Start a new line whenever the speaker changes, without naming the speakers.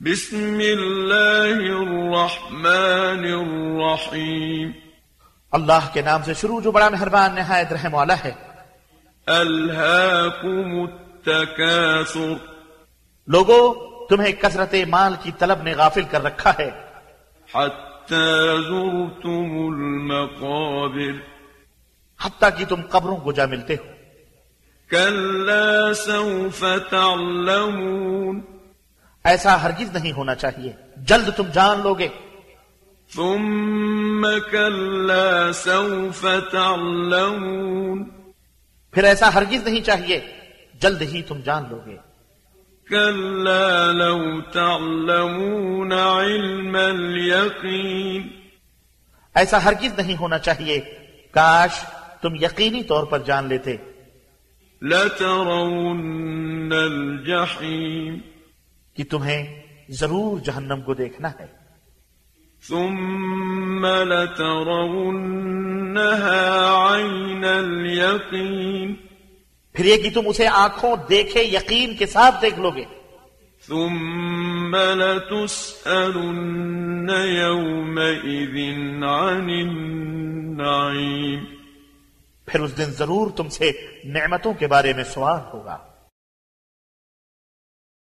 بسم الله الرحمन الرحيم
अल्लाह के नाम से शुरू जो बड़ा मेहरबान नहायत रहम वाला है
ألهاكم التكاثر
लोगो तुम्हें कसरत माल की तलब ने गाफिल कर रखा है
حتى زرتم المقابر
हत्ता कि तुम कब्रों को जा मिलते हो
كلا سوف تعلمون
ऐसा हरगिज नहीं होना चाहिए जल्द तुम जान लोगे
ثم كلا سوف تعلمون
फिर ऐसा हरगिज नहीं चाहिए जल्द ही तुम जान लोगे
كلا لو تعلمون علم اليقين
ऐसा हरगिज नहीं होना चाहिए काश तुम यकीनी तौर पर जान लेते
لترون الجحيم
कि तुम्हें जरूर जहन्नम को देखना है
ثم لترونها عين اليقين
फिर ये कि तुम उसे आंखों देखे यकीन के साथ देख लोगे
ثم لتسألن يومئذ عن النعيم
फिर उस दिन जरूर तुमसे नेमतों के बारे में सवाल होगा